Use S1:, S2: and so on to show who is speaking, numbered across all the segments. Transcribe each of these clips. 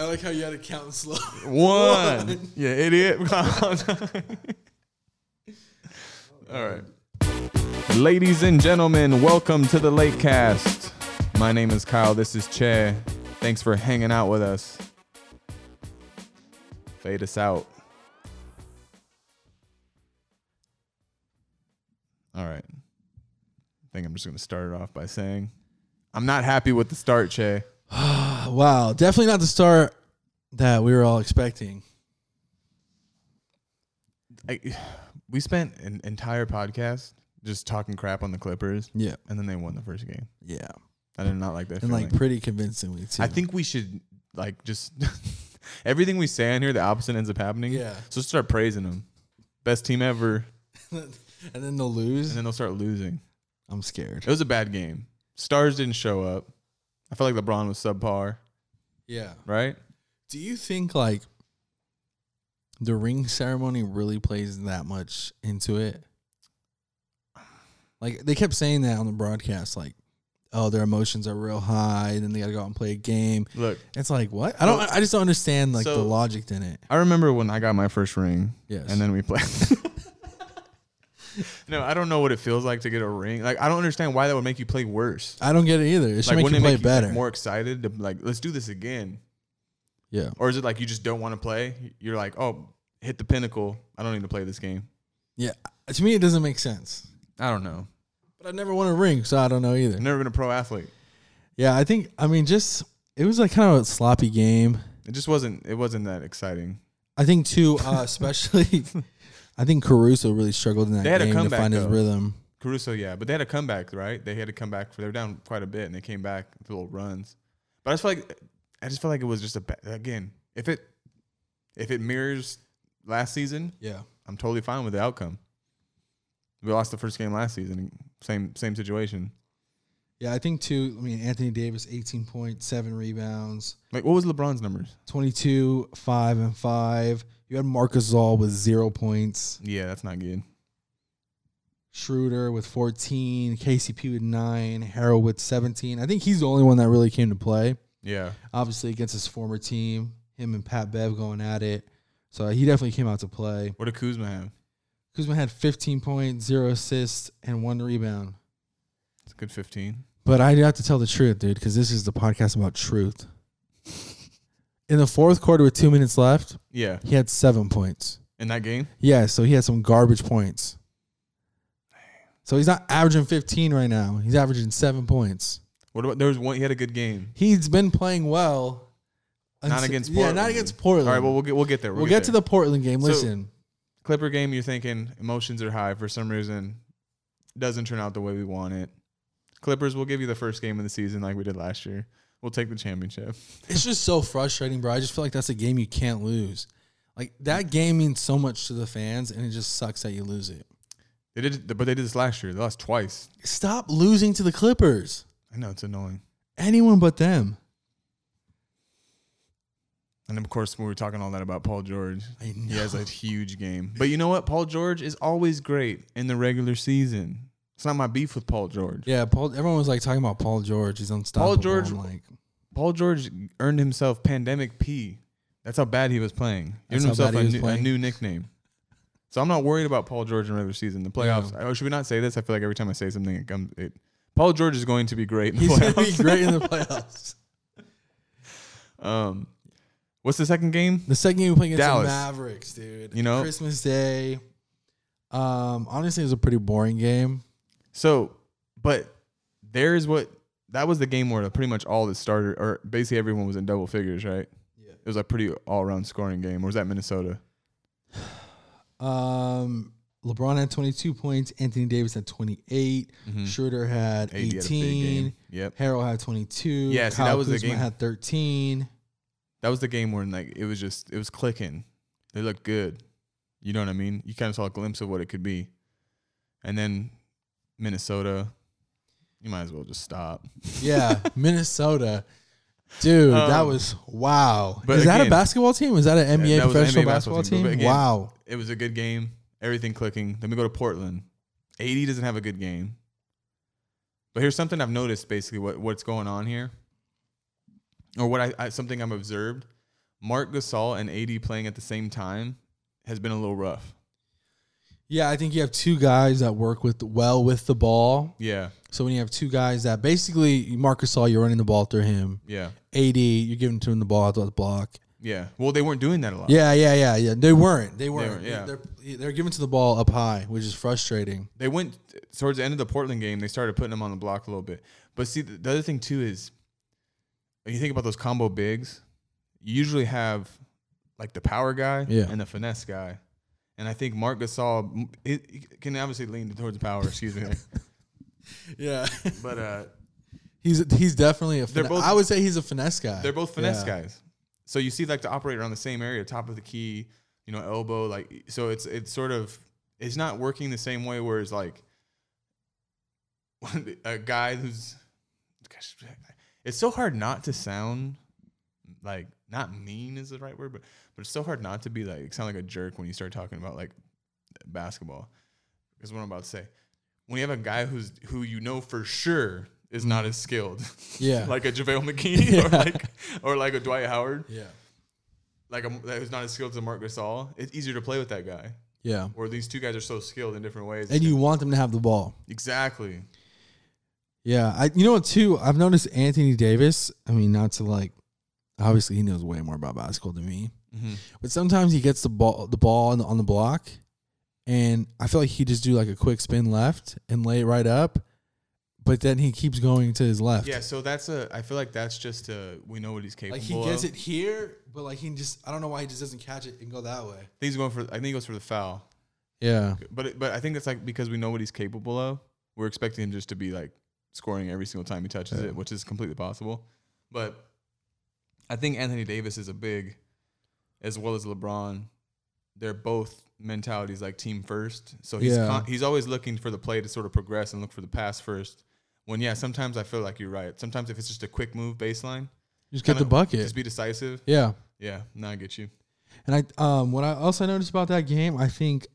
S1: like how you had to count slow.
S2: One. Yeah, idiot. All right. Ladies and gentlemen, welcome to the Late Cast. My name is Kyle. This is Che. Thanks for hanging out with us. Fade us out. All right. I think I'm just going to start it off by saying I'm not happy with the start, Che.
S1: wow, definitely not the start that we were all expecting.
S2: I, we spent an entire podcast just talking crap on the Clippers,
S1: Yeah,
S2: and then they won the first game.
S1: yeah,
S2: I did not like that.
S1: and
S2: feeling.
S1: like pretty convincingly too.
S2: I think we should like just everything we say on here, the opposite ends up happening.
S1: Yeah.
S2: So start praising them. Best team ever,
S1: and then they'll lose.
S2: and then they'll start losing.
S1: I'm scared.
S2: It was a bad game. Stars didn't show up. I felt like LeBron was subpar,
S1: Yeah.
S2: right?
S1: Do you think like the ring ceremony really plays that much into it? Like they kept saying that on the broadcast, like, oh, their emotions are real high, and then they gotta go out and play a game.
S2: Look,
S1: It's like what? I don't. I just don't understand like the
S2: So-
S1: logic in it.
S2: I remember when I got my first ring,
S1: Yes.
S2: and then we played. no, I don't know what it feels like to get a ring. Like I don't understand why that would make you play worse.
S1: I don't get it either. It should
S2: Like
S1: make you
S2: wouldn't
S1: play
S2: it make you like,
S1: better.
S2: more excited to like let's do this again?
S1: yeah.
S2: Or is it like you just don't want to play? You're like, oh, hit the pinnacle. I don't need to play this game.
S1: Yeah. To me, it doesn't make sense.
S2: I don't know.
S1: But I never won a ring, so I don't know either.
S2: I've never been a pro athlete.
S1: Yeah, I think. I mean, just it was like kind of a sloppy game.
S2: It just wasn't. It wasn't that exciting.
S1: I think too, uh, especially. I think Caruso really struggled in that
S2: They had a
S1: game
S2: comeback,
S1: to find his
S2: though.
S1: rhythm.
S2: Caruso, yeah, but they had a comeback, right? They had to come back. For, they were down quite a bit, and they came back with little runs. But I just felt like I just felt like it was just a ba- again. If it if it mirrors last season,
S1: Yeah,
S2: I'm totally fine with the outcome. We lost the first game last season. Same same situation.
S1: yeah, I think too. I mean, Anthony Davis, eighteen point seven rebounds,
S2: Like what was LeBron's numbers?
S1: twenty two five and five. You had Marcus Gasol with zero points,
S2: Yeah, that's not good.
S1: Schroeder with fourteen, KCP with nine, Harrell with seventeen. I think he's the only one that really came to play.
S2: Yeah,
S1: obviously against his former team, him and Pat Bev going at it. So he definitely came out to play.
S2: what did Kuzma have?
S1: Kuzma had 15 points, zero assists, and one rebound.
S2: It's a good 15.
S1: But I have to tell the truth, dude, because this is the podcast about truth. In the fourth quarter, with two minutes left,
S2: Yeah,
S1: he had seven points.
S2: in that game.
S1: Yeah, so he had some garbage points. So he's not averaging 15 right now. He's averaging seven points.
S2: What about there was one? He had a good game.
S1: He's been playing well.
S2: Not
S1: until-
S2: against
S1: Yeah, not
S2: Portland.
S1: against Portland.
S2: All right, well we'll get we'll get there.
S1: we'll, get, to
S2: there.
S1: the Portland game.
S2: So-
S1: Listen,
S2: Clipper game. You're thinking emotions are high for some reason. Doesn't turn out the way we want it. Clippers will give you the first game of the season like we did last year. We'll take the championship.
S1: It's just so frustrating, bro. I just feel like that's a game you can't lose. Like that game means so much to the fans, and it just sucks that you lose it.
S2: They did, but they did this last year. They lost twice.
S1: Stop losing to the Clippers.
S2: I know it's annoying.
S1: Anyone but them.
S2: And of course, we were talking all that about Paul George.
S1: I know.
S2: He has a huge game. But you know what? Paul George is always great in the regular season. It's not my beef with Paul George.
S1: yeah, Paul. Everyone was like talking about Paul George. He's unstoppable.
S2: Paul George-
S1: I'm like
S2: Paul George earned himself pandemic P. That's how bad he was playing.
S1: That's
S2: Giving
S1: how
S2: himself
S1: bad
S2: a
S1: he was
S2: new, a
S1: playing.
S2: new nickname. So I'm not worried about Paul George in regular season. The playoffs. Oh, should we not say this? I feel like every time I say something, it comes. It, Paul George is going to be great in the
S1: he's gonna be
S2: playoffs.
S1: great in the playoffs.
S2: um, what's the second game?
S1: The second game we played against
S2: Dallas.
S1: the Mavericks, dude.
S2: You know?
S1: Christmas Day. Um, honestly, it was a pretty boring game.
S2: So, but there's what that was the game where pretty much all the starter or basically everyone was in double figures, right?
S1: Yeah.
S2: It was a pretty all around scoring game. Or was that Minnesota?
S1: Um, LeBron had 22 points. Anthony Davis had 28. Schroeder had
S2: AD had Hmm. a big
S1: 18.
S2: game. Yep.
S1: Harrell had 22.
S2: Yeah, see,
S1: Kyle
S2: that was the
S1: Kuzma
S2: game.
S1: Had 13.
S2: that was the game where like it was just it was clicking. They looked good. You know what I mean? You kind of saw a glimpse of what it could be. And then Minnesota, you might as well just stop.
S1: Yeah, Minnesota, dude, that
S2: Um,
S1: was wow.
S2: but
S1: Is that a
S2: again-
S1: basketball team? Is that an NBA
S2: that was an
S1: professional
S2: NBA
S1: basketball,
S2: basketball team,
S1: team?
S2: but again-
S1: wow.
S2: It was a good game. Everything clicking. Then we go to Portland. 80 doesn't have a good game. But here's something I've noticed basically what, what's going on here. Or what I, I something I've observed Mark Gasol and AD playing at the same time has been a little rough.
S1: Yeah, I think you have two guys that work with well with the ball.
S2: Yeah,
S1: So when you have two guys that basically Marcus all you're running the ball through him.
S2: yeah,
S1: AD, you're giving to him the ball throughout the block.
S2: yeah. Well, they weren't doing that a lot.
S1: Yeah, yeah, yeah, yeah. They weren't. They weren't.
S2: weren't, yeah.
S1: They're they're giving to the ball up high, which is frustrating.
S2: they went towards the end of the Portland game. They started putting them on the block a little bit. But see, the, the other thing too is, when you think about those combo bigs, you usually have like the power guy
S1: Yeah.
S2: and the finesse guy, and I think Mark Gasol m- he, he can obviously lean towards the power. Excuse me,
S1: Yeah.
S2: but uh,
S1: he's he's definitely a
S2: They're
S1: finesse.
S2: both-
S1: I would say he's a finesse guy.
S2: they're both finesse
S1: Yeah.
S2: guys. So you see like the operator on the same area, top of the key, you know, elbow, like so it's it's sort of it's not working the same way where it's like a guy who's gosh, it's so hard not to sound like not mean is the right word, but but it's so hard not to be like sound like a jerk when you start talking about like basketball. Is what I'm about to say. When you have a guy who's who you know for sure is not as skilled,
S1: Yeah.
S2: like a JaVale McGee
S1: Yeah.
S2: or like or like a Dwight Howard,
S1: Yeah.
S2: like a, that who's not as skilled as a Mark Gasol, it's easier to play with that guy.
S1: Yeah.
S2: Or these two guys are so skilled in different ways.
S1: And you want them to have the ball.
S2: exactly.
S1: Yeah, I you know what too? I've noticed Anthony Davis. I mean, not to like, obviously he knows way more about basketball than me,
S2: Mhm.
S1: but sometimes he gets the ball the ball on the, on the block, and I feel like he just do like a quick spin left and lay it right up, but then he keeps going to his left.
S2: Yeah, so that's a. I feel like that's just a. We know what he's capable.
S1: like he gets
S2: of.
S1: it here, but like he just I don't know why he just doesn't catch it and go that way.
S2: I think he's going for. I think he goes for the foul.
S1: Yeah,
S2: But it- but I think that's like because we know what he's capable of. We're expecting him just to be like scoring every single time he touches
S1: Yeah.
S2: it, which is completely possible. But I think Anthony Davis is a big, as well as LeBron. They're both mentalities like team first. So he's
S1: Yeah.
S2: con- he's always looking for the play to sort of progress and look for the pass first. When yeah, sometimes I feel like you're right. Sometimes if it's just a quick move baseline,
S1: just get
S2: kinda
S1: the bucket.
S2: just be decisive.
S1: yeah,
S2: Yeah, no, I get you.
S1: and I um what I also noticed about that game, I think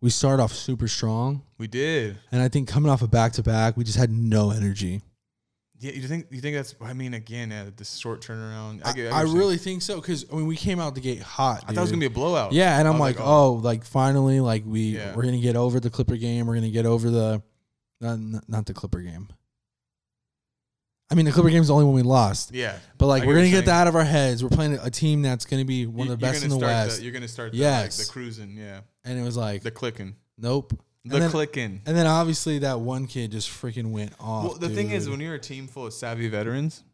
S1: we started off super strong.
S2: We did.
S1: And I think coming off a back to back, we just had no energy.
S2: Yeah, you think you think that's? I mean, again, uh, this short turnaround.
S1: I,
S2: get-
S1: I
S2: get what you're saying.
S1: really think so because I mean we came out the gate hot.
S2: I thought it was gonna be a blowout.
S1: yeah, and
S2: I
S1: I'm
S2: was
S1: like, oh, like finally, like we
S2: Yeah.
S1: we're gonna get over the Clipper game. We're gonna get over the, uh, n- not the Clipper game. I mean, the Clipper game is the only one we lost,
S2: yeah.
S1: but like
S2: I
S1: we're
S2: get what
S1: gonna
S2: you're
S1: get that out of our heads. We're playing a team that's gonna be one
S2: You-
S1: of the
S2: you're
S1: best in
S2: gonna
S1: the
S2: start
S1: West,
S2: The, you're gonna start.
S1: Yes.
S2: The, like, the cruising. Yeah.
S1: and it was like,
S2: The clicking.
S1: nope.
S2: The
S1: and, then,
S2: clicking.
S1: and then obviously that one kid just freaking went off.
S2: Well, the thing is,
S1: Oh, dude.
S2: when you're a team full of savvy veterans,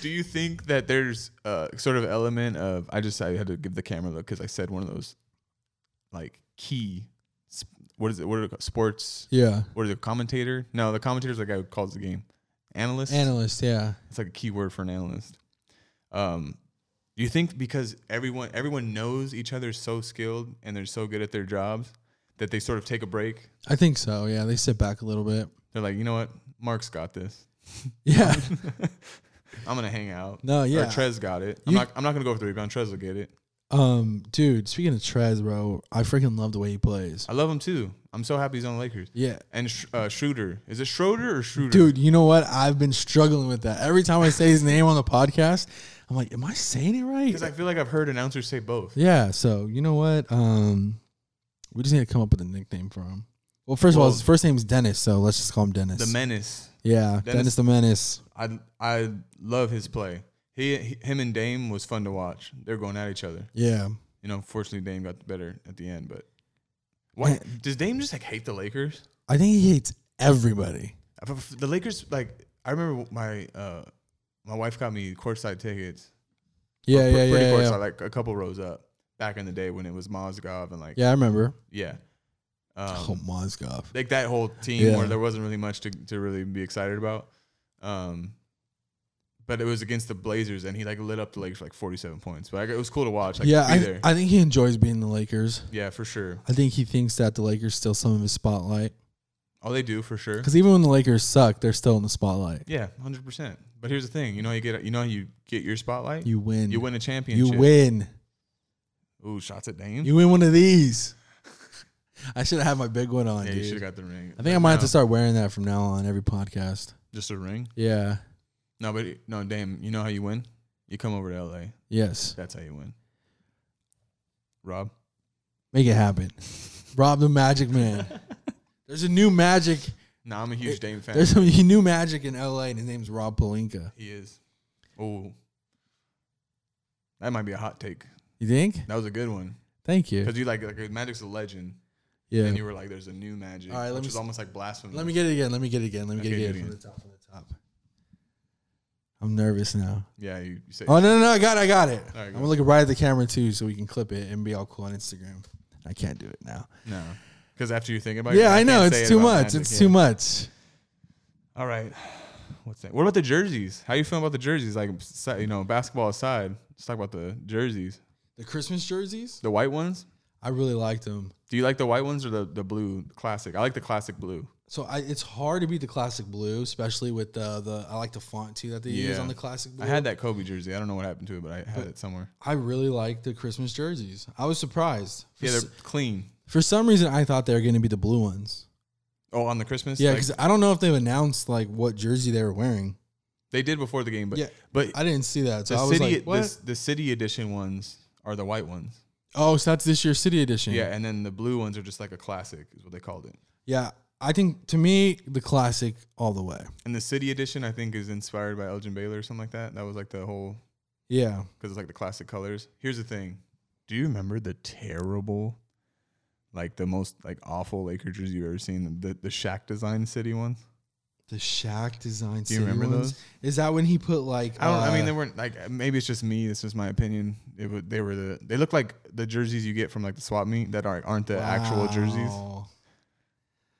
S2: do you think that there's a sort of element of I just I had to give the camera look because I said one of those like key sp- what is it? What are they called? sports?
S1: yeah,
S2: What is it? Commentator? No, the commentator's the guy who calls the game. Analyst.
S1: analyst, yeah,
S2: It's like a key word for an analyst. Um, you think because everyone everyone knows each other so skilled and they're so good at their jobs that they sort of take a break.
S1: I think so. Yeah, they sit back a little bit.
S2: They're like, you know what, Mark's got this.
S1: Yeah.
S2: I'm gonna hang out.
S1: No,
S2: Or
S1: yeah.
S2: Trez got it. I'm
S1: You-
S2: not. I'm not gonna go for the rebound. Trez will get it.
S1: um, dude, speaking of Trez, bro, I freaking love the way he plays.
S2: I love him too. I'm so happy he's on the Lakers.
S1: Yeah.
S2: And Sh- uh, Schroeder. Is it Schroeder or Schroeder?
S1: Dude, you know what? I've been struggling with that. Every time I say his name on the podcast, I'm like, am I saying it
S2: Because I
S1: right?
S2: feel like I've heard announcers say both.
S1: Yeah, so you know what? Um we just need to come up with a nickname for him. Well, first of all,
S2: Well-
S1: his first name's Dennis, so let's just call him Dennis.
S2: The menace.
S1: yeah, Dennis.
S2: Dennis-
S1: the Menace.
S2: I I love his play. He, he him and Dame was fun to watch. They're going at each other.
S1: Yeah.
S2: You know, unfortunately Dame got the better at the end, but why does Dame just like hate the Lakers?
S1: I think he hates everybody.
S2: The Lakers like I remember my uh my wife got me courtside tickets.
S1: Yeah,
S2: Pre-
S1: yeah,
S2: pretty
S1: yeah.
S2: courtside,
S1: Yeah,
S2: like a couple rows up back in the day when it was Mozgov and like yeah.
S1: yeah I remember.
S2: Um,
S1: Oh, Mozgov.
S2: like that whole team
S1: Yeah.
S2: where there wasn't really much to, to really be excited about. Um, but it was against the Blazers, and he like lit up the Lakers for like forty seven points. But like, it was cool to watch. Like,
S1: Yeah,
S2: be there.
S1: I, I think he enjoys being the Lakers.
S2: yeah, for sure.
S1: I think he thinks that the Lakers still some of his spotlight.
S2: Oh, they do for sure.
S1: Because even when the Lakers suck, they're still in the spotlight.
S2: Yeah, hundred percent. But here's the thing: you know, how you get you know how you get your spotlight. You,
S1: You win.
S2: win a
S1: You
S2: championship. Hmm?
S1: win.
S2: Ooh, shots at Dame.
S1: You win one of these. I should have had my big one on,
S2: yeah, you
S1: dude.
S2: should have got the ring.
S1: I think I might have
S2: No.
S1: to start wearing that from now on every podcast.
S2: Just a ring?
S1: Yeah.
S2: No, but it- no, damn. You know how you win? You come over to LA.
S1: Yes.
S2: That's how you win. Rob,
S1: Make it happen. Rob the Magic Man. There's a new magic.
S2: no, I'm a huge Dame fan.
S1: There's a new magic in LA, and his name's Rob Palinka.
S2: He is. Oh, that might be a hot take.
S1: You think?
S2: That was a good one
S1: Thank you.
S2: because you like like Magic's a legend,
S1: Yeah.
S2: and you were like, "There's a new Magic,"
S1: All right, let
S2: which
S1: me
S2: is
S1: s-
S2: almost like blasphemy.
S1: Let me get it again. Let me get it again. Let me get
S2: Okay,
S1: it
S2: do
S1: again
S2: it
S1: from the top. From the top. I'm nervous now.
S2: yeah, you, you say
S1: Oh no, no, no! I got, it, I got it.
S2: right,
S1: I'm
S2: go.
S1: gonna look right at the camera too, so we can clip it and be all cool on Instagram. I can't do it now.
S2: no because after you think about it,
S1: Yeah,
S2: you're like,
S1: I know
S2: Oh, can't say
S1: it's
S2: it
S1: too
S2: about
S1: much.
S2: Magic,
S1: It's
S2: yeah.
S1: too much.
S2: All right, what's that? What about the jerseys? How you feeling about the jerseys? Like si- you know, basketball aside, let's talk about the jerseys.
S1: The Christmas jerseys,
S2: The white ones.
S1: I really liked them.
S2: Do you like the white ones or the the blue classic? I like the classic blue.
S1: So I, it's hard to beat the classic blue, especially with the the. I like the font too that they use
S2: Yeah.
S1: on the classic blue.
S2: I had that Kobe jersey. I don't know what happened to it, but I had it somewhere.
S1: I really like the Christmas jerseys. I was surprised. For,
S2: Yeah,
S1: s-
S2: they're clean.
S1: for some reason, I thought they were going to be the blue ones.
S2: Oh, on the Christmas.
S1: Yeah,
S2: Like,
S1: because I don't know if they've announced like what jersey they were wearing.
S2: they did before the game, but
S1: Yeah.
S2: but
S1: I didn't see that, so
S2: the
S1: I was
S2: city
S1: like, "What?"
S2: this- the city edition ones are the white ones.
S1: oh, so that's this year's city edition.
S2: Yeah, and then the blue ones are just like a classic is what they called it.
S1: yeah. I think to me, the classic all the way.
S2: And the city edition I think is inspired by Elgin Baylor or something like that. That was like the whole
S1: Yeah,
S2: because it's like the classic colors. Here's the thing: Do you remember the terrible, like the most like awful Laker jersey you've ever seen? The the Shack design city ones.
S1: the Shaq design.
S2: Do
S1: city
S2: you remember
S1: ones.
S2: those?
S1: Is that when he put like?
S2: I don't. I mean, they
S1: uh,
S2: weren't like. Maybe it's just me. It's just my opinion. It would. They were the. They look like the jerseys you get from like the swap meet that are aren't the actual jerseys.
S1: wow.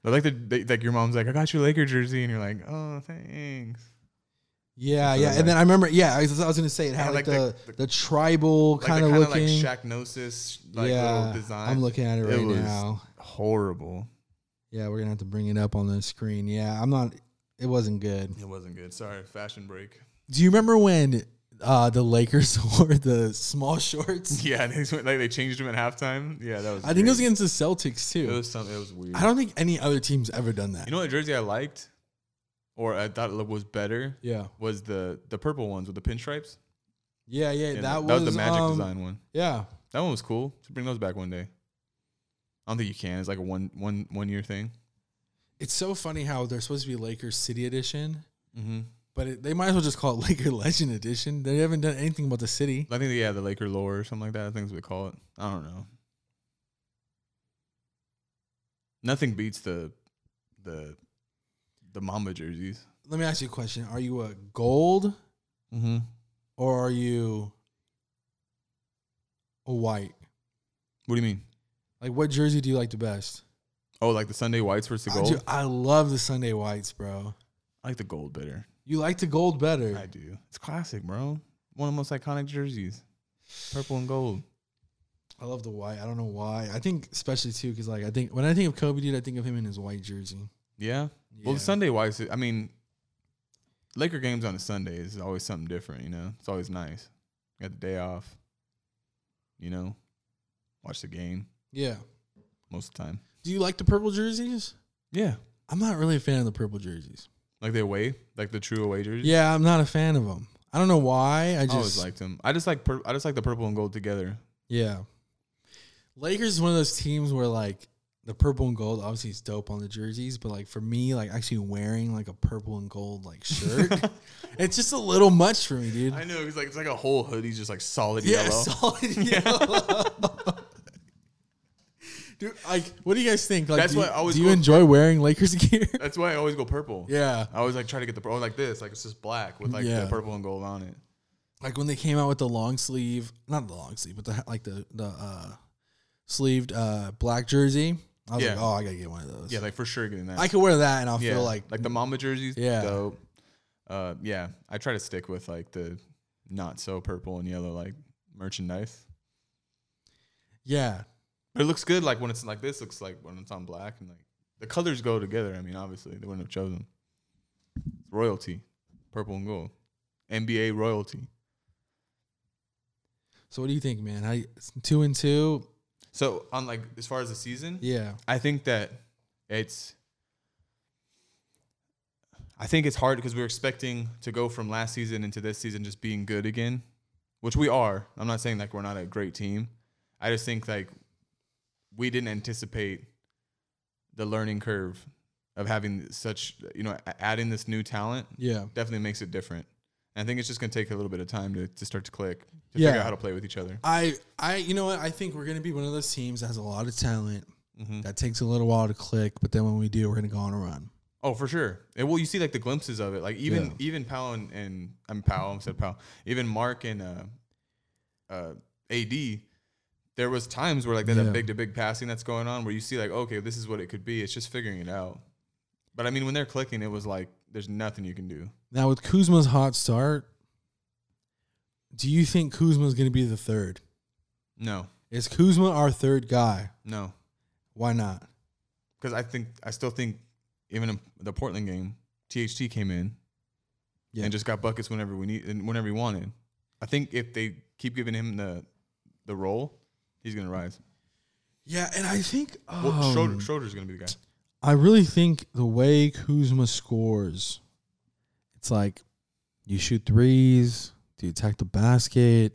S2: They're like the they, like your mom's like, I got your Laker jersey, and you're like, oh, thanks.
S1: Yeah,
S2: So
S1: yeah,
S2: they're
S1: and then I remember. Yeah, I was, I was gonna say it
S2: had,
S1: had like,
S2: like,
S1: the,
S2: the-
S1: the tribal kind of
S2: like
S1: looking.
S2: like Shacknosis like
S1: yeah,
S2: little design.
S1: I'm looking at it
S2: It
S1: right
S2: was-
S1: now.
S2: horrible.
S1: Yeah, we're gonna have to bring it up on the screen. Yeah, I'm not. It wasn't good.
S2: It wasn't good. Sorry, fashion break.
S1: Do you remember when uh, the Lakers wore the small shorts?
S2: Yeah, they went, like they changed them at halftime. Yeah, that was.
S1: I think it was
S2: great.
S1: against the Celtics
S2: It
S1: too.
S2: was something. It was weird.
S1: I don't think any other team's ever done that.
S2: you know what jersey I liked, or I thought it was better
S1: yeah,
S2: was the the purple ones with the pinstripes.
S1: yeah, yeah.
S2: Yeah,
S1: that, was,
S2: the magic
S1: um,
S2: design one.
S1: Yeah,
S2: That one was cool. Should bring those back one day. I don't think you can. It's like a one one one year thing.
S1: it's so funny how they're supposed to be Lakers City Edition,
S2: Mm-hmm.
S1: but it, they might as well just call it Laker Legend Edition. They haven't done anything about the city.
S2: I think yeah, the Laker lore or something like that. I think is what they call it. I don't know. Nothing beats the the the Mamba jerseys.
S1: Let me ask you a question: Are you a gold
S2: Mm-hmm.
S1: or are you a white?
S2: What do you mean?
S1: Like, what jersey do you like the best?
S2: Oh, like the Sunday whites versus the
S1: I,
S2: gold.
S1: do- I love the Sunday whites, bro.
S2: I like the gold better.
S1: You like the gold better.
S2: I do. It's classic, bro. One of the most iconic jerseys, purple and gold.
S1: I love the white. I don't know why. I think especially too because like I think when I think of Kobe, dude, I think of him in his white jersey.
S2: Yeah. Well,
S1: Yeah.
S2: the Sunday whites. I mean, Laker games on a Sunday is always something different. You know, it's always nice. Got the day off. You know, watch the game
S1: Yeah.
S2: most of the time.
S1: Do you like the purple jerseys?
S2: Yeah,
S1: I'm not really a fan of the purple jerseys.
S2: like the away, like the true away jerseys.
S1: Yeah, I'm not a fan of them. I don't know why. I
S2: I,
S1: just
S2: always liked them. I just like pur- I just like the purple and gold together.
S1: yeah. Lakers is one of those teams where like the purple and gold obviously is dope on the jerseys, but like for me, like actually wearing like a purple and gold like shirt, it's just a little much for me, dude.
S2: I know it's like it's like a whole hoodie, just like solid
S1: Yeah,
S2: yellow.
S1: solid yellow. Dude, like, what do you guys think? Like,
S2: That's
S1: do,
S2: why I always
S1: do you
S2: go-
S1: enjoy wearing Lakers gear?
S2: That's why I always go purple.
S1: yeah,
S2: I always like try to get the purple like this, like it's just black with like
S1: Yeah.
S2: the purple and gold on it.
S1: like when they came out with the long sleeve, not the long sleeve, but the like the the uh, sleeved uh, black jersey. I was
S2: Yeah.
S1: like, oh, I gotta get one of those.
S2: Yeah, like for sure getting that.
S1: I could wear that, and I'll
S2: yeah,
S1: feel like
S2: like the Mamba jerseys.
S1: Yeah.
S2: dope. Uh, yeah, I try to stick with like the not so purple and yellow like merchandise.
S1: yeah,
S2: But it looks good like when it's like this. Looks like when it's on black and like the colors go together. I mean, obviously they wouldn't have chosen royalty, purple and gold, NBA royalty.
S1: So what do you think, man? How you, it's two and two?
S2: So on like as far as the season,
S1: Yeah,
S2: I think that it's. I think it's hard because we were expecting to go from last season into this season just being good again, which we are. I'm not saying like we're not a great team. I just think like we didn't anticipate the learning curve of having such, you know, a- adding this new talent
S1: Yeah.
S2: definitely makes it different. And I think it's just going to take a little bit of time to, to start to click, to
S1: Yeah.
S2: figure out how to play with each other.
S1: I I you know what I think we're gonna be one of those teams that has a lot of talent
S2: Mm-hmm.
S1: that takes a little while to click, but then when we do, we're gonna go on a run.
S2: Oh, for sure. And well, you see like the glimpses of it. Like even
S1: Yeah.
S2: even Powell and, and I'm Powell. I said Powell. Even Mark and uh, uh, AD. There was times where like there's
S1: Yeah.
S2: that big to big passing that's going on where you see like okay, this is what it could be. It's just figuring it out. But I mean, when they're clicking, it was like there's nothing you can do.
S1: Now with Kuzma's hot start, do you think Kuzma's gonna be the third?
S2: No,
S1: Is Kuzma our third guy?
S2: no,
S1: Why not?
S2: because I think I still think even in the Portland game, THT came in
S1: Yeah.
S2: and just got buckets whenever we need and whenever he wanted. I think if they keep giving him the the role, he's gonna rise.
S1: Yeah, and I think
S2: Well,
S1: um,
S2: Schroeder, Schroeder's gonna be the guy.
S1: I really think the way Kuzma scores, it's like you shoot threes, do you attack the basket?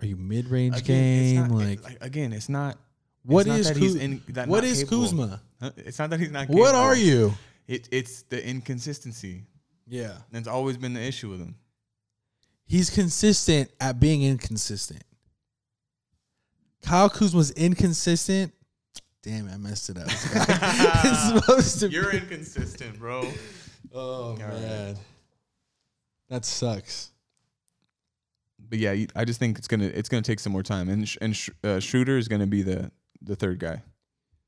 S1: Are you mid range game?
S2: it's not,
S1: like,
S2: it- again, it's not.
S1: what
S2: it's not
S1: is
S2: that he's
S1: Kuz-
S2: in- that
S1: what
S2: not
S1: is
S2: capable.
S1: Kuzma?
S2: Huh? It's not that he's not.
S1: What
S2: capable.
S1: are you?
S2: It, it's the inconsistency.
S1: Yeah,
S2: That's always been the issue with him.
S1: he's consistent at being inconsistent. Kyle Kuzma's inconsistent. Damn, I messed it up. it's supposed to.
S2: You're
S1: be.
S2: inconsistent, bro.
S1: Oh
S2: right.
S1: man, that sucks.
S2: But yeah, you- I just think it's gonna it's gonna take some more time, and Sh- and Sh- uh, Schroeder is gonna be the the third guy.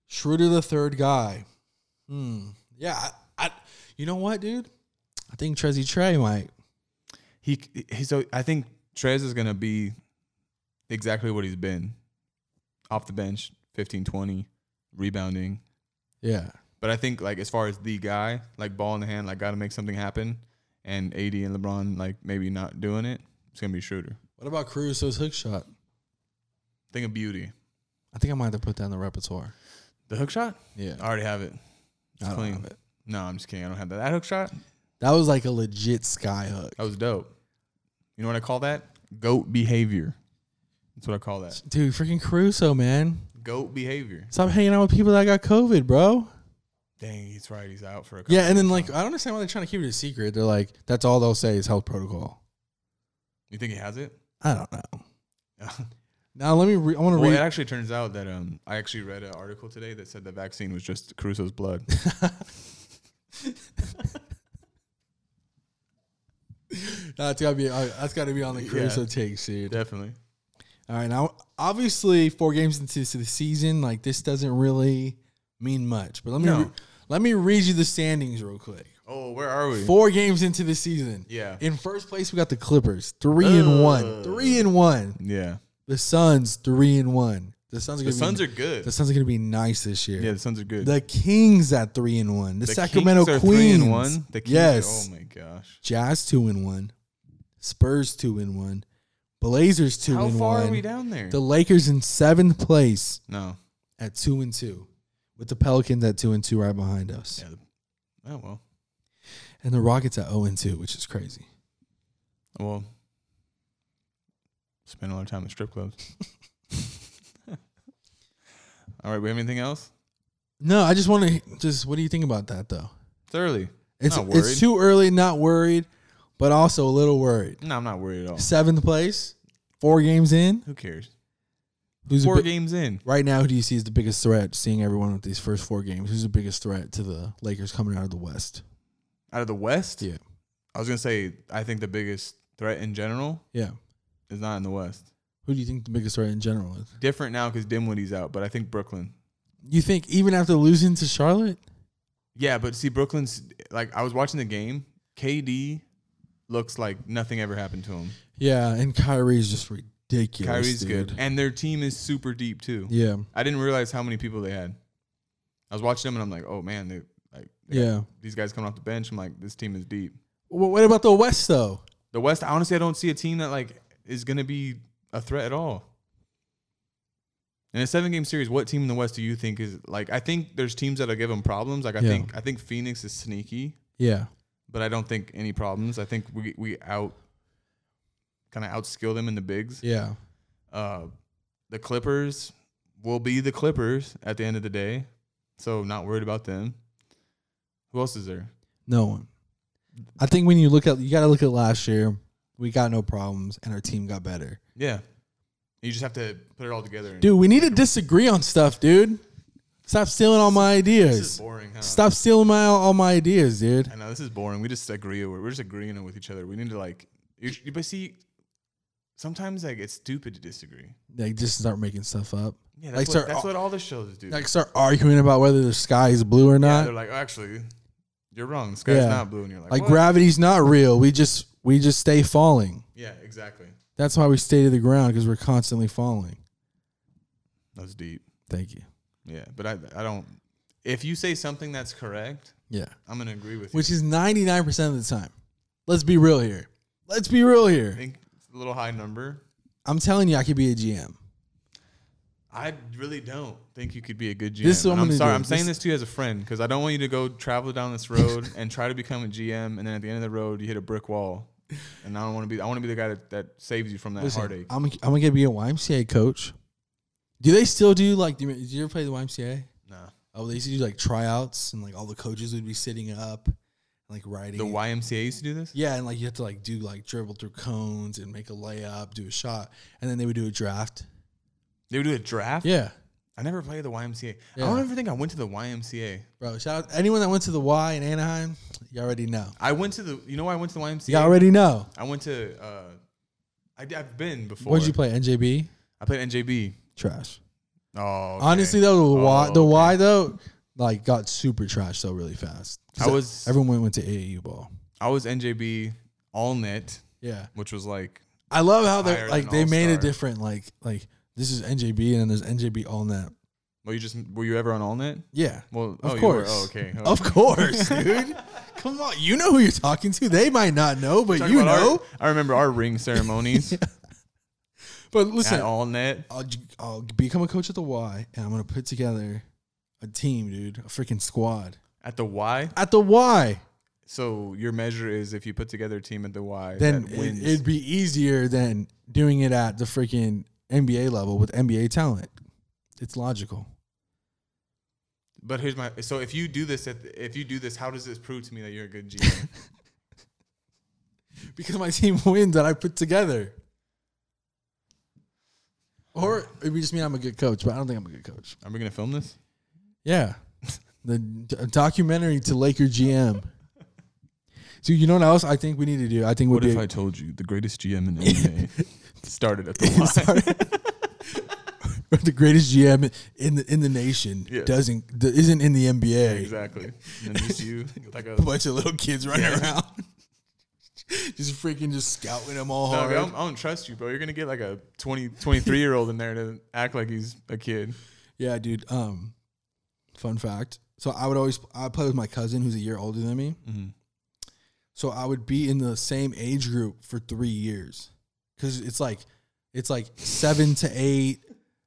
S1: Schroeder the third guy. Hmm. Yeah. I, I. You know what, dude? I think Trezzy Trey might.
S2: He, he so I think Trez is gonna be exactly what he's been, off the bench, 15, 20, rebounding.
S1: Yeah.
S2: But I think like as far as the guy, like ball in the hand, like got to make something happen, and AD and LeBron like maybe not doing it. It's gonna be Schroeder.
S1: What about Caruso's hook shot?
S2: Think of beauty.
S1: I think I might have to put that in the repertoire.
S2: The hook shot.
S1: Yeah.
S2: I already have it.
S1: I don't
S2: clean.
S1: have it.
S2: No, I'm just kidding. I don't have that. That hook shot.
S1: That was like a legit sky hook.
S2: That was dope. You know what I call that? Goat behavior. That's what I call that.
S1: Dude, freaking Caruso, man.
S2: Goat behavior.
S1: Stop hanging out with people that got COVID, bro.
S2: Dang, he's right. He's out for a. Couple
S1: Yeah, and then like I don't understand why they're trying to keep it a secret. They're like, that's all they'll say is health protocol.
S2: You think he has it?
S1: I don't know. Now let me. Re- I want to
S2: well, it
S1: read.
S2: actually turns out that um, I actually read an article today that said the vaccine was just Caruso's blood.
S1: That's gotta be. Uh, that's gotta be on the
S2: Yeah.
S1: Caruso takes, dude.
S2: Definitely.
S1: All right, now obviously four games into the season, like this doesn't really mean much. But let me
S2: No.
S1: re- let me read you the standings real quick.
S2: Oh, where are we?
S1: Four games into the season,
S2: Yeah.
S1: in first place we got the Clippers, three and one,
S2: Ugh.
S1: three and one.
S2: Yeah.
S1: The Suns, three and one. The Suns are
S2: The
S1: gonna
S2: Suns
S1: be,
S2: are good.
S1: the Suns are gonna be nice this year.
S2: yeah, the Suns are good.
S1: The Kings at three and one. The,
S2: The
S1: Sacramento
S2: Kings are
S1: Queens,
S2: Three and one. The Kings
S1: yes.
S2: Are, oh my gosh.
S1: Jazz two and one. Spurs two and one. Blazers two
S2: How
S1: and
S2: far
S1: one.
S2: are we down there?
S1: The Lakers in seventh place
S2: no.
S1: at two and two, with the Pelicans at two and two right behind us,
S2: Yeah. the- oh well.
S1: and the Rockets at zero and two, which is crazy.
S2: Well. Spend all our time at strip clubs. all right. We have anything else?
S1: No, I just want to just. What do you think about that though?
S2: It's early.
S1: It's
S2: Not worried.
S1: it's too early, not worried, but also a little worried.
S2: No, I'm not worried at all.
S1: Seventh place, four games in.
S2: Who cares?
S1: Who's the
S2: Four
S1: bi-
S2: games in.
S1: right now? Who do you see is the biggest threat? Seeing everyone with these first four games, who's the biggest threat to the Lakers coming out of the West?
S2: Out of the West.
S1: Yeah.
S2: I was gonna say I think the biggest threat in general
S1: Yeah.
S2: is not in the West.
S1: Who do you think the biggest threat in general is?
S2: Different now because Dimwitty's out, but I think Brooklyn.
S1: You think even after losing to Charlotte?
S2: Yeah, but see, Brooklyn's like I was watching the game. KD looks like nothing ever happened to him.
S1: Yeah, and Kyrie's just ridiculous.
S2: Kyrie's
S1: dude.
S2: good, and their team is super deep too.
S1: Yeah,
S2: I didn't realize how many people they had. I was watching them, and I'm like, oh man, they like they got
S1: yeah.
S2: these guys coming off the bench. I'm like, this team is deep.
S1: Well, what about the West though?
S2: The West, honestly, I don't see a team that like is gonna be a threat at all. In a seven game series, what team in the West do you think is like? I think there's teams that'll give them problems. Like I
S1: Yeah.
S2: think I think Phoenix is sneaky.
S1: Yeah,
S2: but I don't think any problems. I think we we out kind of outskill them in the bigs.
S1: Yeah.
S2: Uh, the Clippers will be the Clippers at the end of the day, so not worried about them. Who else is there?
S1: No one. I think when you look at you got to look at last year, we got no problems and our team got better.
S2: Yeah, you just have to put it all together. and-
S1: Dude, we need to disagree on stuff, dude. Stop stealing all my
S2: this is
S1: ideas.
S2: boring. Huh?
S1: Stop stealing my all my ideas, dude.
S2: I know this is boring. We just agree. We're, we're just agreeing with each other. We need to like, you, you- but see, sometimes like it's stupid to disagree.
S1: Like just start making stuff up.
S2: Yeah,
S1: Like,
S2: that's,
S1: sir,
S2: what, that's
S1: all-
S2: what all the shows do.
S1: Like start arguing about whether the sky is blue or
S2: yeah,
S1: not.
S2: they're like, "Oh, actually, you're wrong. The sky's
S1: Yeah.
S2: not blue, and you're like,
S1: like
S2: what?
S1: gravity's not real. We just we just stay falling.
S2: yeah, exactly.
S1: That's why we stay to the ground because we're constantly falling.
S2: That's deep.
S1: Thank you.
S2: Yeah, but I, I don't. If you say something that's correct,
S1: Yeah.
S2: I'm gonna agree with
S1: Which is 99% of the time. Let's be real here. Let's be real
S2: you. I
S1: here.
S2: think it's a little high number.
S1: I'm telling you I could be a GM.
S2: I really don't think you could be a good GM.
S1: This is what
S2: And
S1: I'm
S2: I'm,
S1: gonna
S2: sorry.
S1: do.
S2: I'm saying
S1: This-
S2: this to you as a friend because I don't want you to go travel down this road and try to become a GM, and then at the end of the road you hit a brick wall. And I don't want to be. I want to be the guy that, that saves you from that
S1: Listen,
S2: heartache.
S1: I'm I'm going to be a YMCA coach. Do they still do like do you, did you ever play the YMCA?
S2: nah.
S1: Oh, they used to do like tryouts and like all the coaches would be sitting up and like writing.
S2: The YMCA used to do this.
S1: Yeah, and like you have to like do like dribble through cones and make a layup, do a shot, and then they would do a draft.
S2: They would do a draft.
S1: Yeah,
S2: I never played the YMCA. I
S1: Yeah.
S2: don't ever think I went to the YMCA.
S1: bro. Shout out anyone that went to the Y in Anaheim. You already know.
S2: I went to the. You know why I went to the YMCA?
S1: You already know.
S2: I went to. Uh, I, have been before.
S1: What did you play? NJB.
S2: I played NJB.
S1: Trash.
S2: Oh,
S1: Honestly, though, the Y,
S2: Oh,
S1: the
S2: okay.
S1: Y though, like got super trash though really fast. 'Cause
S2: I was
S1: everyone went to AAU ball.
S2: I was NJB all net,
S1: Yeah,
S2: which was like
S1: I love how
S2: Higher
S1: they
S2: than
S1: like they made a
S2: All-Star.
S1: different like like this is NJB and then there's NJB all net.
S2: Well, you just were you ever on AllNet?
S1: Yeah,
S2: Well,
S1: Of
S2: oh, you were.
S1: course.
S2: Oh, okay. Oh.
S1: Of course, dude. Come on, you know who you're talking to. They might not know, but
S2: Talk
S1: you
S2: about our-
S1: know.
S2: I remember our ring ceremonies
S1: But
S2: at
S1: listen,
S2: AllNet.
S1: I'll, I'll become a coach at the Y, and I'm gonna put together a team, dude, a freaking squad
S2: At the Y,
S1: at the Y.
S2: so your measure is if you put together a team at the Y
S1: Then
S2: that
S1: it,
S2: wins.
S1: it'd be easier than doing it at the freaking NBA level with NBA talent. It's logical.
S2: but here's my so if you do this at the, if you do this, how does this prove to me that you're a good GM?
S1: because my team wins that I put together. Or it would just mean I'm a good coach, but I don't think I'm a good coach.
S2: Are we gonna film this?
S1: Yeah. The d- documentary to Laker GM. Dude, you know what else I think we need to do? I think would
S2: What
S1: be
S2: if I told you the greatest GM in NBA started at the Y?
S1: Sorry. the greatest GM in the in the nation
S2: Yes.
S1: doesn't d- isn't in the NBA.
S2: Exactly. And then just you like a
S1: A bunch of little kids running around. just freaking just scouting them all
S2: No, I
S1: hard.
S2: don't, I don't trust you, bro. You're gonna get like a 20, 23 year old in there to act like he's a kid.
S1: Yeah, dude. Um, fun fact. So I would always I play with my cousin who's a year older than me.
S2: Mm-hmm.
S1: So I would be in the same age group for three years, because it's like it's like seven to eight,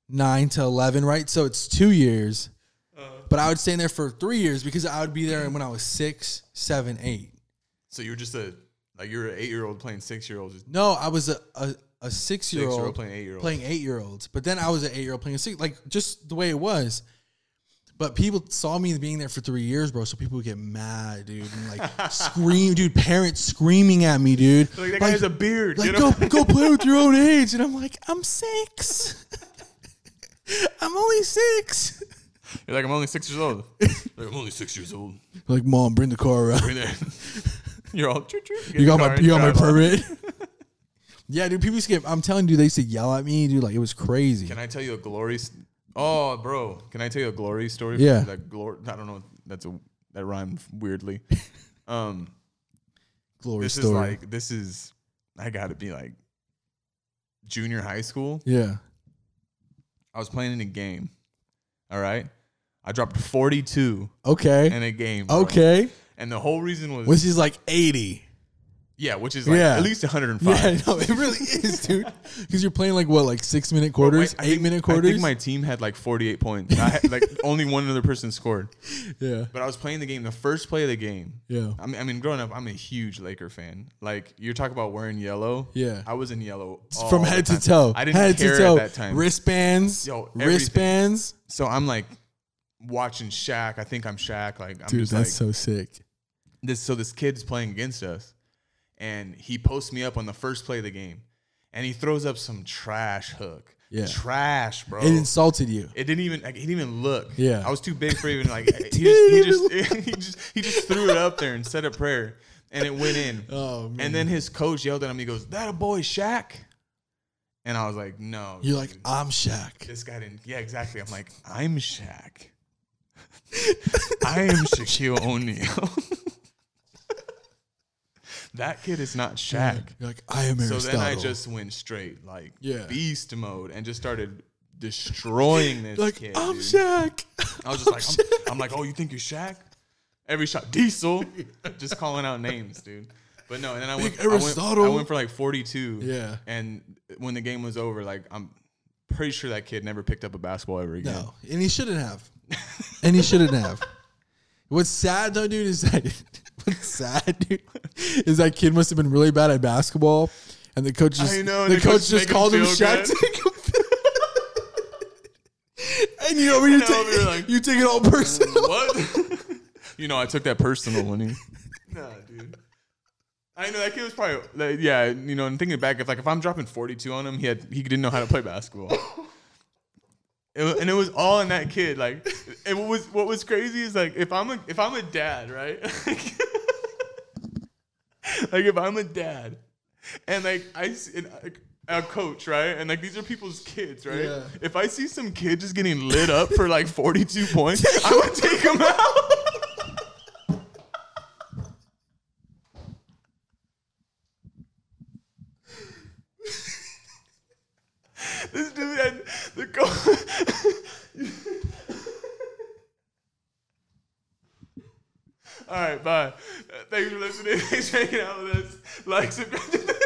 S1: nine to eleven, right? So it's two years.
S2: Uh-huh.
S1: But I would stay in there for three years because I would be there when I was six, seven, eight.
S2: So you're just a like you're an eight year old playing six year old, six
S1: No, I was a a, a six year
S2: year old
S1: old
S2: playing eight year old.
S1: playing eight year olds. But then I was an eight year old playing a six, like just the way it was. But people saw me being there for three years, bro. So people would get mad, dude, and like scream, dude. Parents screaming at me, dude.
S2: Like that guy has a beard.
S1: like,
S2: you know?
S1: go go play with your own age, and I'm like, I'm six. I'm only six.
S2: You're like I'm only six years old. like I'm only six years old.
S1: Like, mom, bring the car around.
S2: Right there. You're all. Choo, choo,
S1: You got my you got my permit. yeah, dude. People used to get. I'm telling you, they used to yell at me, dude. Like it was crazy.
S2: Can I tell you a glory? s oh, bro, can I tell you a glory story?
S1: Yeah.
S2: That glory. I don't know. That's a that rhymed weirdly. Um.
S1: Glory
S2: this
S1: story.
S2: is like this is I gotta be like junior high school.
S1: yeah.
S2: I was playing in a game. All right. I dropped 42
S1: Okay.
S2: in a game. bro.
S1: Okay.
S2: And the whole reason was
S1: Which is like 80.
S2: Yeah, which is like
S1: Yeah.
S2: at least 105.
S1: Yeah, no, it really is, dude. Because you're playing like what, like six minute quarters,
S2: Wait, I
S1: eight
S2: think-
S1: minute
S2: I
S1: quarters.
S2: think my team had like 48 points. I had, like only one other person scored.
S1: yeah,
S2: But I was playing the game, the first play of the game.
S1: yeah,
S2: I mean, I mean, growing up, I'm a huge Laker fan. Like you're talking about wearing yellow.
S1: Yeah.
S2: I was in yellow all
S1: from
S2: the
S1: head to
S2: time.
S1: toe.
S2: Oh, I didn't
S1: head
S2: care
S1: to toe.
S2: at that time.
S1: Wristbands,
S2: Yo, everything.
S1: wristbands,
S2: So I'm like watching Shaq. I think I'm Shaq. Like I'm
S1: dude.
S2: just
S1: That's
S2: like
S1: so sick.
S2: this. So this kid's playing against us, and he posts me up on the first play of the game, and he throws up some trash hook.
S1: Yeah.
S2: trash, bro.
S1: It insulted you.
S2: It didn't even like, he didn't even look.
S1: Yeah.
S2: I was too big for even like he, just, he,
S1: didn't
S2: just, he just he just threw it up there and said a prayer and it went in.
S1: Oh man.
S2: and then his coach yelled at him. He goes, "That a boy, Shaq." And I was like, "No."
S1: You're like,
S2: dude.
S1: I'm Shaq.
S2: this guy didn't. Yeah, exactly. I'm like, I'm Shaq. I am Shaquille O'Neal. that kid is not Shaq.
S1: You're like, I am
S2: So
S1: Aristotle.
S2: then I just went straight like
S1: Yeah.
S2: beast mode and just started destroying this
S1: like,
S2: kid.
S1: I'm
S2: dude.
S1: Shaq.
S2: I was just like, I'm, I'm like, oh, you think you're Shaq? Every shot, Diesel, just calling out names, dude. But no, and then I went,
S1: Big
S2: I went,
S1: Aristotle.
S2: I went for like 42.
S1: Yeah.
S2: And when the game was over, like I'm pretty sure that kid never picked up a basketball ever again.
S1: No, and he shouldn't have. and he shouldn't have. What's sad though, dude, is that what's sad, dude, is that kid must have been really bad at basketball, and the coach just
S2: I know,
S1: the,
S2: and the
S1: coach,
S2: coach
S1: just
S2: make him
S1: called him
S2: feel
S1: Shaq.
S2: good.
S1: to make him feel- and you know, when you
S2: know,
S1: take,
S2: we were like- "Oh,
S1: you take it all personal.
S2: What? you know, I took that personal when he. nah, dude. I know that kid was probably like, yeah. You know, and thinking back, if like if I'm dropping 42 on him, he had he didn't know how to play basketball. It wa- and it was all in that kid. Like, it was what was crazy is like if I'm a if I'm a dad, right? like if I'm a dad, and like I see- and like, a coach, right? And like these are people's kids, right?
S1: Yeah.
S2: If I see some kid just getting lit up for like 42 points, I would take him out. This dude had the co- All right, bye. Uh, Thanks for listening. Thanks for hanging out with us. Like, subscribe.